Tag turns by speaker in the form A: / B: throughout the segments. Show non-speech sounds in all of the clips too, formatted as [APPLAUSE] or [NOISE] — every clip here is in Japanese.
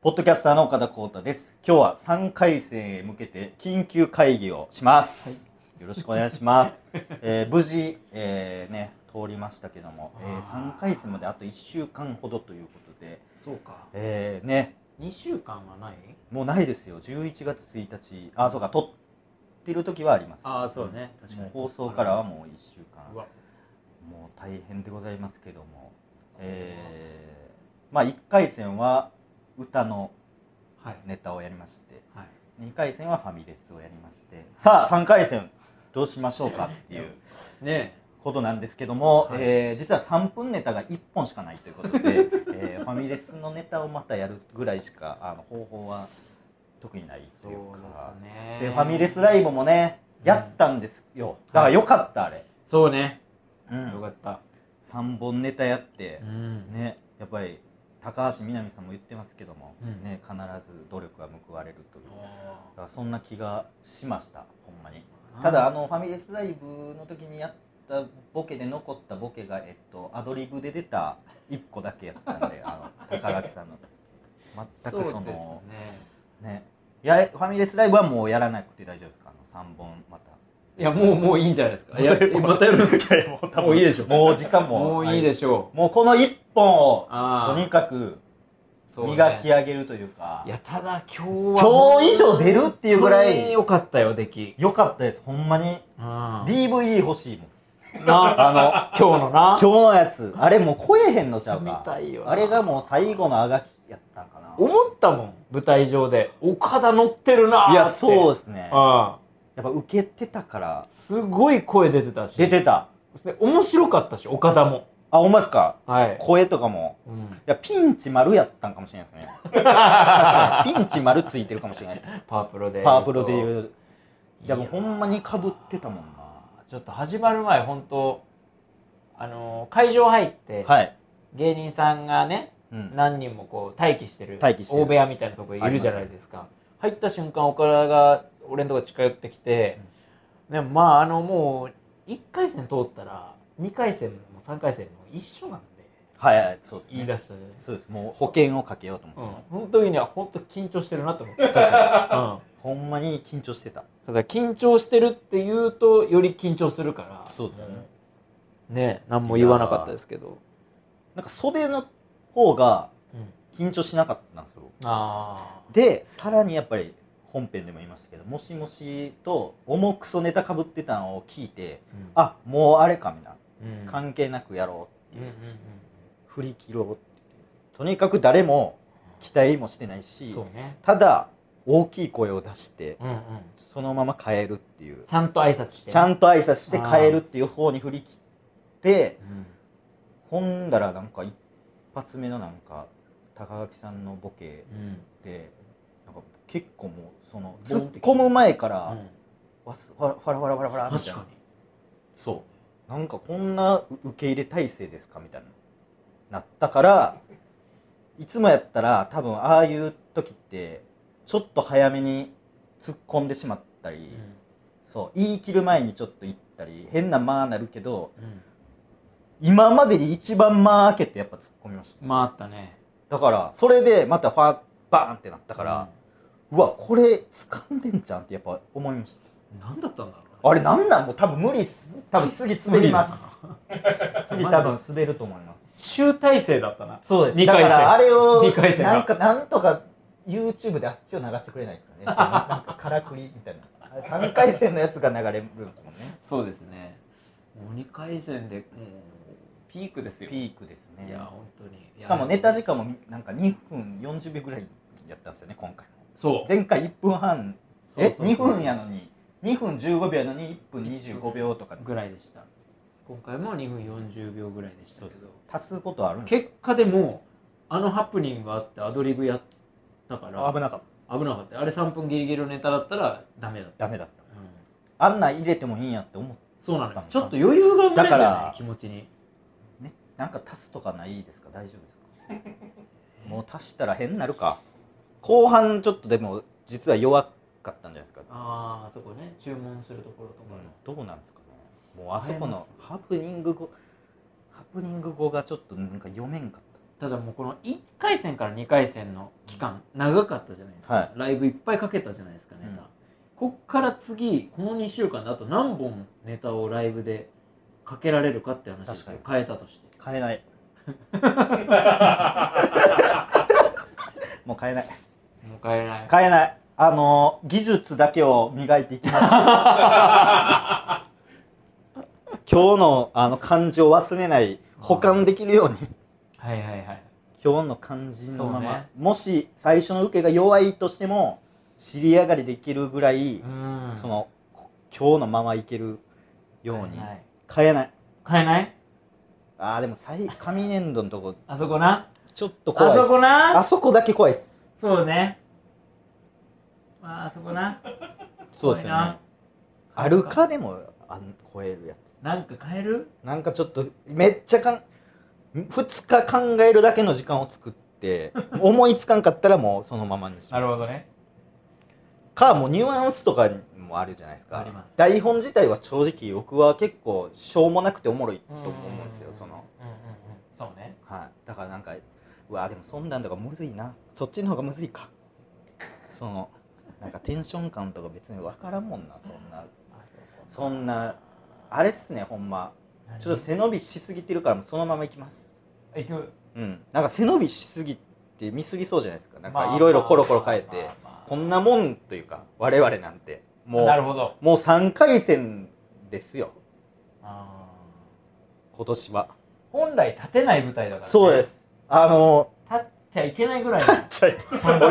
A: ポッドキャスターの岡田光太です。今日は3回生へ向けて緊急会議をします。よろしくお願いし
B: [LAUGHS]
A: ます。えー無事、えーね、通りましたけども、え
B: あー
A: 3回生まであと1週間ほどということで、
B: そうか。
A: えーね、
B: 二週間はない？
A: もうないですよ。11月1日、あ、そうか、撮ってる時はあります。
B: ああそうね。確か
A: も
B: に
A: う。放送からはもう1週間
B: う。わ。
A: もう大変でございますけども、えーまあ1回戦は歌の
B: はい
A: ネタをやりまして
B: はい。
A: 2回戦はファミレスをやりましてさあ3回戦どうしましょうかっていう
B: ね
A: ことなんですけども、
B: はい
A: えー実は3分ネタが1本しかないということで、 [LAUGHS] えーファミレスのネタをまたやるぐらいしかあの方法は特にな
B: え
A: いと
B: そう
A: い
B: で
A: うか
B: すね。
A: でファミレスライブもねやったんですよだからよかったあれ、
B: そうね。
A: う
B: よかった。
A: 3本ネタやって、
B: うん。
A: ねやっぱり高橋みなみさんも言ってますけども、
B: うん
A: ね必ず努力は報われるという
B: お
A: だ
B: ー
A: からそんな気がしましたほんまにただあのファミレスライブの時にやったボケで残ったボケが、えっと、アドリブで出た1個だけやったん
B: [LAUGHS]
A: であの高垣さんの全くそ
B: そうです
A: の
B: ね。
A: ねいやファミレスライブはもうやらなくて大丈夫ですかあの3本また
B: いやもうもういいんじゃないですか。いやえまたやるんですか。
A: いやもう多分
B: もういいでしょ
A: もう時間も
B: もういいで
A: し
B: しょう。
A: もうこの1本を
B: あ
A: と
B: あ。
A: にかく
B: そうね
A: 磨き上げるというか
B: いやただ今日は
A: 今日以上出るっていうぐらい
B: 本当に良かったよ出来。
A: 良かったですほんまに
B: うん。な
A: DVD 欲しいもん
B: あの今日の [LAUGHS]
A: 今
B: な。
A: 日のやつあれもう超えへんのちゃう
B: 見
A: か
B: たいよな。
A: あれがもう最後のあがきやったんかな
B: 思ったもん舞台上で岡田乗ってるなーって
A: いやそううですねやっ
B: あ
A: ぱ受けてたから
B: すごい声出てたし
A: 出てた
B: で面白かったし岡田も
A: あほんまですか
B: はい、
A: 声とかも
B: うん、
A: いやピンチ丸やったんかもしれないですね確かにピンチ丸ついてるかもしれないです
B: [LAUGHS] パワープロで
A: パワープロで
B: う
A: いういやもうほんまにかぶってたもん
B: ちょっと始まる前本当あのー会場入って、
A: なはい、
B: 芸人さんがね
A: うん、
B: 何人もこう待機してる
A: 待機してる
B: 大部屋みたいなところいるじゃないですか入った瞬間岡田が俺のとこ近寄ってきて、でもまああのもう1回戦通ったら2回戦も3回戦も一緒なんで
A: はいはいそうです
B: 言い
A: ね
B: 出したじゃないですか、
A: そうですもう保険をかけようと思って、
B: うん、本当には本当緊張してるなと思って、うん、た
A: 確かに
B: だ
A: ほんまに緊張してた
B: 緊張してるって言うとより緊張するから
A: そうですよね
B: うんね何も言わなかったですけど、
A: なんか袖の方が
B: うん、
A: 緊張しなかったんですよ
B: ああ
A: でさらにやっぱり本編でも言いましたけど「もしもし」と重くそネタかぶってたのを聞いてあもうあれかみたい
B: うん
A: な関係なくやろうって
B: うんう
A: いう、
B: んうん
A: 振り切ろうっていうとにかく誰も期待もしてないし
B: そうね
A: ただ大きい声を出して
B: うんうん
A: そのまま変えるっていう
B: ちゃんと挨拶してね
A: ちゃんと挨拶して変えるっていう方に振り切って
B: うん
A: ほんだらなんか一発目のなんか高垣さんのボケ
B: うん
A: でなんか結構もうその
B: ボン
A: 突
B: っ
A: って込む前から、
B: うん
A: わすわわらわらわらわらみ
B: 確
A: たいな
B: かに
A: そうなんかこんなう受け入れ体制ですかみたいななったからいつもやったら多分ああいう時ってちょっと早めに突っ込んでしまったり、そう言い切る前にちょっと言ったり変な間なるけど
B: うんうん
A: 今までに一番間開けてやっぱ突っ込みました、
B: まああったね
A: だからそれでまたファバーンってなったから、うわこれ掴んでんじゃんってやっぱ思いまし
B: うん何だったんだろう
A: たあれなんなんもう多分無理っす多分次滑ります次
B: [LAUGHS]
A: 多分滑ると思います
B: 集大成だったな
A: そうです
B: 二回
A: だ
B: 戦
A: からあれを
B: 二回戦だ
A: なんかなんとか YouTube であっちを流してくれないですか
B: [LAUGHS]
A: ねそのなんかからくりみたいな3回戦のやつが流れるんですもん
B: [LAUGHS]
A: ね
B: そうですねもう2回戦でもうピークですよ
A: ピークです
B: いや
A: ね
B: 本当に
A: しかもネタ時間もなんか2分40秒ぐらいやったんですよね今回も
B: そう
A: 前回1分半
B: そう
A: え
B: そう
A: 2
B: そう
A: 分やのに2分15秒やのに1分25秒とか
B: ぐらいでした今回も2分40秒ぐらいでした
A: そう
B: け
A: そう
B: ど
A: 足すことあるんです
B: 結果でもあのハプニングがあってアドリブやったから
A: 危なかった
B: 危なかったあれ3分ギリギリのネタだったらダメだった
A: ダメだった
B: うん
A: あんなん入れてもいいんやって思って
B: そうなの
A: だっ
B: よ
A: た
B: ちょっと余裕が生まれるんだ
A: だ
B: よ
A: か
B: ね
A: ら
B: 気持ちに
A: ね、なんか足すとかないですか大丈夫ですかもう足したら変になるか後半ちょっとでも実は弱かったんじゃないですか、
B: ああそこね注文するところとかの
A: どうなんですかねもうあそこ
B: 変えま
A: の
B: す
A: ハプニング後ハプニング後がちょっとなんか読めんかっ
B: ただもうこの1回戦から2回戦の期間長かったじゃないですか、
A: はい
B: ライブいっぱいかけたじゃないですかネタ、こっから次この2週間であと何本ネタをライブでかけられるかって話ですよ
A: 確
B: 変えたとして
A: 変え
B: [LAUGHS]
A: ないもう変えない
B: もう変えない
A: 変えないあの技術だけを磨いていき
B: [LAUGHS]
A: ます今日のあの感じを忘れない保管できるように
B: はいはいはい
A: 今日の感じのまま、
B: そうね
A: もし最初の受けが弱いとしても尻上がりでいけるぐらい、
B: うん
A: そのこ今日のままいけるように
B: 変えない
A: 変えない
B: 変えない
A: あーでも最上年度のとこ
B: あそこな
A: ちょっと怖
B: あ
A: い
B: そこな
A: あそこだけ怖いっす
B: そうねまああそこな
A: そうですよ
B: 怖い
A: ね
B: な
A: あるかでもあん超えるやつ
B: なんか変える
A: なんかちょっとめっちゃかん2日考えるだけの時間を作って
B: [LAUGHS]
A: 思いつかんかったらもうそのままにします
B: どね
A: かもうニュアンスとかもあるじゃないですか
B: あります
A: 台本自体は正直僕は結構しょうもなくておもろいと思うんですよその、
B: うんうんうん、そうね
A: はい、だからなんかうわでもそんなんとかむずいなそっちの方がむずいかそのなんかテンション感とか別に分からんもんなそんなそんなあれっすねほんまちょっと背伸びしすぎてるからもうそのままいきます
B: 行く
A: うんなんか背伸びしすぎて見すぎそうじゃないですかなんかいろいろコロコロ変えてこんなもんというか我々なんてもう
B: なるほど
A: もう3回戦ですよ
B: あ
A: 今年は
B: ー本来立てない舞台だからね、
A: そうですあの
B: 立っちゃいけないぐらいの
A: ちょい [LAUGHS] 俺気まずいねんか
B: こんなも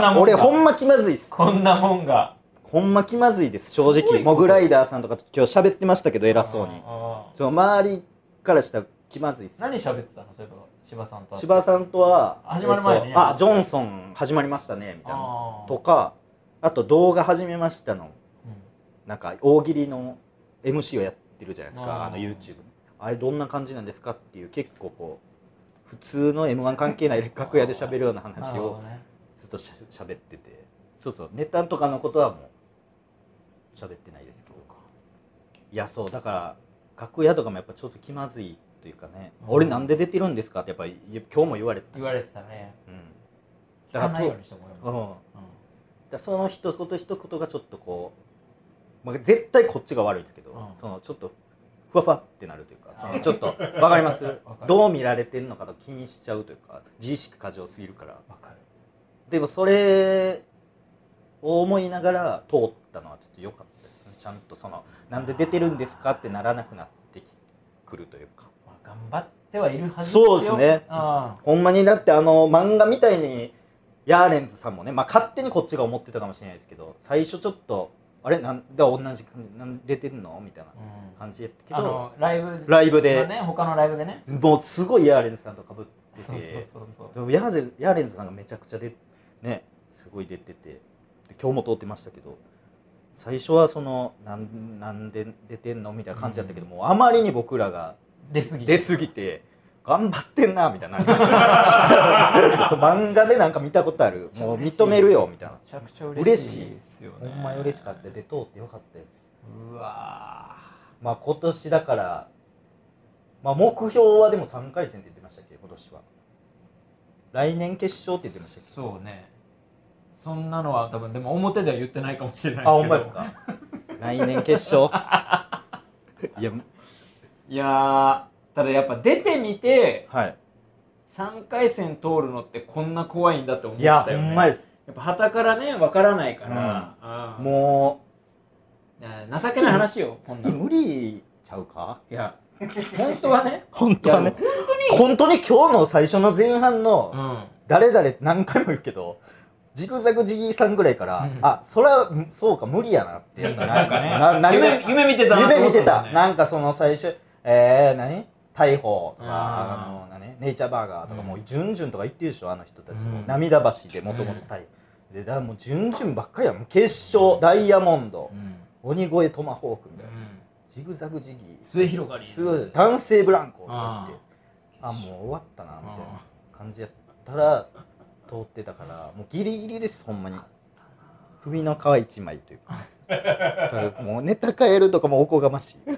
A: ら
B: だ
A: 俺ほんま気まずいっす
B: こんなもんが
A: ほんま気まずいです正
B: すごいこ
A: 直
B: と
A: モグライダーさんとかと今日喋ってましたけど偉そう
B: あ
A: に
B: ーあー
A: その周りからしたら気まずいっす
B: 何喋ってたのそういえば柴さんと
A: 千葉さんとは
B: 始まる前にね
A: えっとあジョンソン始まりましたねみたいな
B: あー
A: とかあと動画始めましたの
B: う
A: なんか大喜利の MC をやってるじゃないですか
B: あー
A: あの YouTube あれどんな感じなんですかっていう結構こう普通の m 1関係ない楽屋で喋るようなん
B: なる
A: 話
B: ほ
A: を
B: どね
A: ずっとしゃ喋っててそうそうネタとかのことはもう喋ってないですけどいやそうだから楽屋とかもやっぱちょっと気まずいというかね、
B: うん
A: 俺なんで出てるんですかってやっぱり今日も言われたし
B: 言われてたね
A: うん、
B: 聞
A: だか
B: からない
A: と
B: ようにしてもら
A: うん、だ
B: う
A: か、らその一言一言がちょっとこう、まあ、絶対こっちが悪いんですけど、
B: うん
A: そのちょっとふわふわってなるというかそ
B: あ
A: の
B: ー
A: ちょっとわかり
B: [LAUGHS]
A: ます
B: かる
A: どう見られてるのかと気にしちゃうというか自意識過剰すぎるから
B: わかる
A: でもそれを思いながら通ったのはちょっと良かったですねちゃんとそのなんで出てるんですかってならなくなってきくるというか
B: まあ、頑張ってはいるはずですよ
A: そうですね
B: あ
A: ほんまにだってあの漫画みたいにヤーレンズさんもね、まあ、勝手にこっちが思ってたかもしれないですけど最初ちょっとあれなんだ同じなん出てんのみたいな
B: あ、うん
A: 感じやったけ
B: あ
A: ど
B: のライブ
A: ライブで
B: まあね他のライブでね
A: もうすごいヤーレンズさんとかぶってて
B: そうそうそうそう
A: でもヤーゼヤーレンズさんがめちゃくちゃでねすごい出ててで今日も通ってましたけど最初はそのなんなんで出てんのみたいな感じだったけど、
B: うん
A: もうあまりに僕らが
B: 出過ぎ
A: 出過ぎて頑張ってんなみたいになりました
B: [LAUGHS]
A: そう漫画でなんか見たことあるもう認めるよみたいな
B: めちゃくちゃ嬉
A: 嬉
B: し
A: し
B: い
A: い
B: ですよね
A: ほんま嬉しかったで通ってよかったです
B: うわ
A: まあ今年だからまあ目標はでも3回戦って言ってましたっけ今年は来年決勝って言ってましたっけ
B: そうねそんなのは多分でも表では言ってないかもし [LAUGHS] れないですけど
A: あ、ほんまですか。来年決勝。いや、
B: いやーただやっぱ出てみて
A: はい。
B: 3回戦通るのってこんな怖いんだって思っ
A: いや、ほ
B: たよね
A: んまです。
B: やっぱ旗からねわからないから、うん
A: も
B: な情けない話よ
A: う、
B: こんなの
A: 無理ちゃうか。
B: いや本当
A: [LAUGHS]
B: はね
A: 本
B: 当はね。
A: 本当に今日の最初の前半
B: う
A: の、
B: ん
A: 誰々何回も言うけど。ジグザグジギーさんぐらいから、
B: うん
A: あ、そりゃ、そうか、無理やなって。
B: なんかなんかね
A: な、なりな
B: 夢夢見てたなと
A: 夢
B: 思
A: 見
B: った
A: て
B: も
A: た、
B: んね
A: なんかその最初えー、何逮捕とか
B: あ
A: あ
B: ー
A: の何ネイチャーバーガーとか、
B: うん
A: もうジュンジュンとか言ってるでしょあの人たちも、
B: うん
A: 涙橋でもともと逮捕、でだからもうジュンジュンばっかりやもう決勝ダイヤモンド
B: う、ん
A: 鬼越トマホークみたいな、
B: うん
A: ジグザグジギ
B: 末広がり
A: ーすごい男性ブランコとか言って
B: あー
A: あもう終わったなみたい
B: あ
A: な感じやったら通ってたからもうギリギリですほんまに首の皮一枚というかだからもうネタ変えるとかもおこがましい [LAUGHS]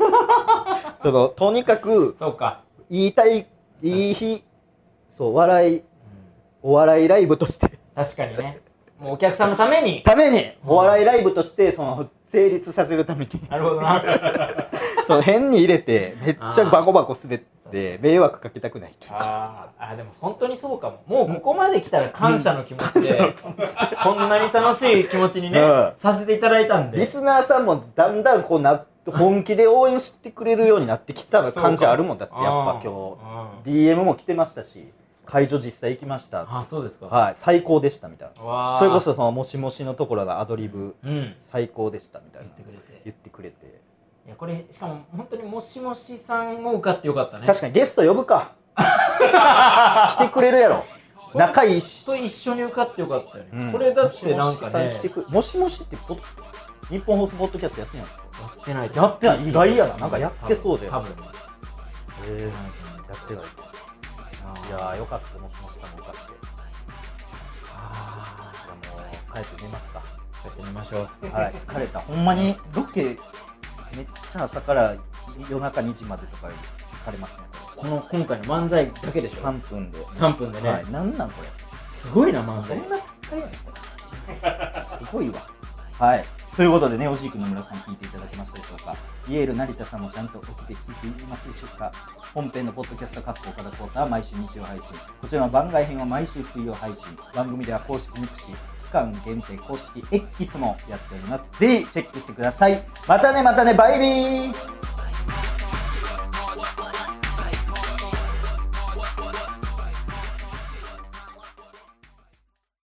A: そのとにかく
B: そうか
A: いいたいいい日そう笑い
B: うん
A: お笑いライブとして
B: 確かにねもうお客さんのために
A: ためにお笑いライブとしてその成立させる
B: [LAUGHS]
A: ために
B: なるほど
A: [LAUGHS]
B: な
A: その変に入れてめっちゃバコバコ滑って迷惑かけたくないというか
B: あーあでも本当にそうかももうここまで来たら感謝の気持ちで、 [LAUGHS] こんなに楽しい気持ちにね、
A: うん
B: させていただいたんで
A: リスナーさんもだんだんこうな本気で応援してくれるようになってきた感じあるもんだってやっぱ今
B: 日
A: 日 DM も来てましたし会場実際行きました
B: あそうですか
A: はい最高でしたみたいな
B: わー
A: それこそそのもしもしのところのアドリブ
B: うん
A: 最高でしたみたい
B: 言っ
A: な
B: てくれて
A: 言ってくれて
B: いやこれしかも本当にもしもしさんも受かってよかったね
A: 確かにゲスト呼ぶか来てくれるやろ仲いいし
B: と一緒に受かってよかったよね、
A: うん
B: これだってなんかね
A: もしもしさん来てくれもしもしってポッ日本放送ポッドキャストやってんやん
B: やってない
A: やってない意外やななんかやってそうで
B: 多分多分
A: え
B: や
A: やってないいや
B: あ
A: ーよかったもしもしさんもよかって
B: あ
A: じゃあもう帰って寝ます
B: [LAUGHS]
A: か
B: ーやってみましょう
A: はい疲れたほんまにロケめっちゃ朝から夜中2時までとか疲れますね
B: この今回の漫才だけでしょ
A: 3分で
B: 3分でね、
A: はいなんなんこれ
B: すごいな漫
A: そ
B: 才
A: んな高いのこれすごいわ。はい。ということでね、おしいくの村さん聞いていただけましたでしょうか。イエール成田さんもちゃんと起きて聞いていますでしょうか。本編のポッドキャスト各岡田コータは毎週日曜配信。こちらの番外編は毎週水曜配信。番組では公式ミクシー、期間限定公式 X もやっております。ぜひチェックしてください。またねまたね、バイビー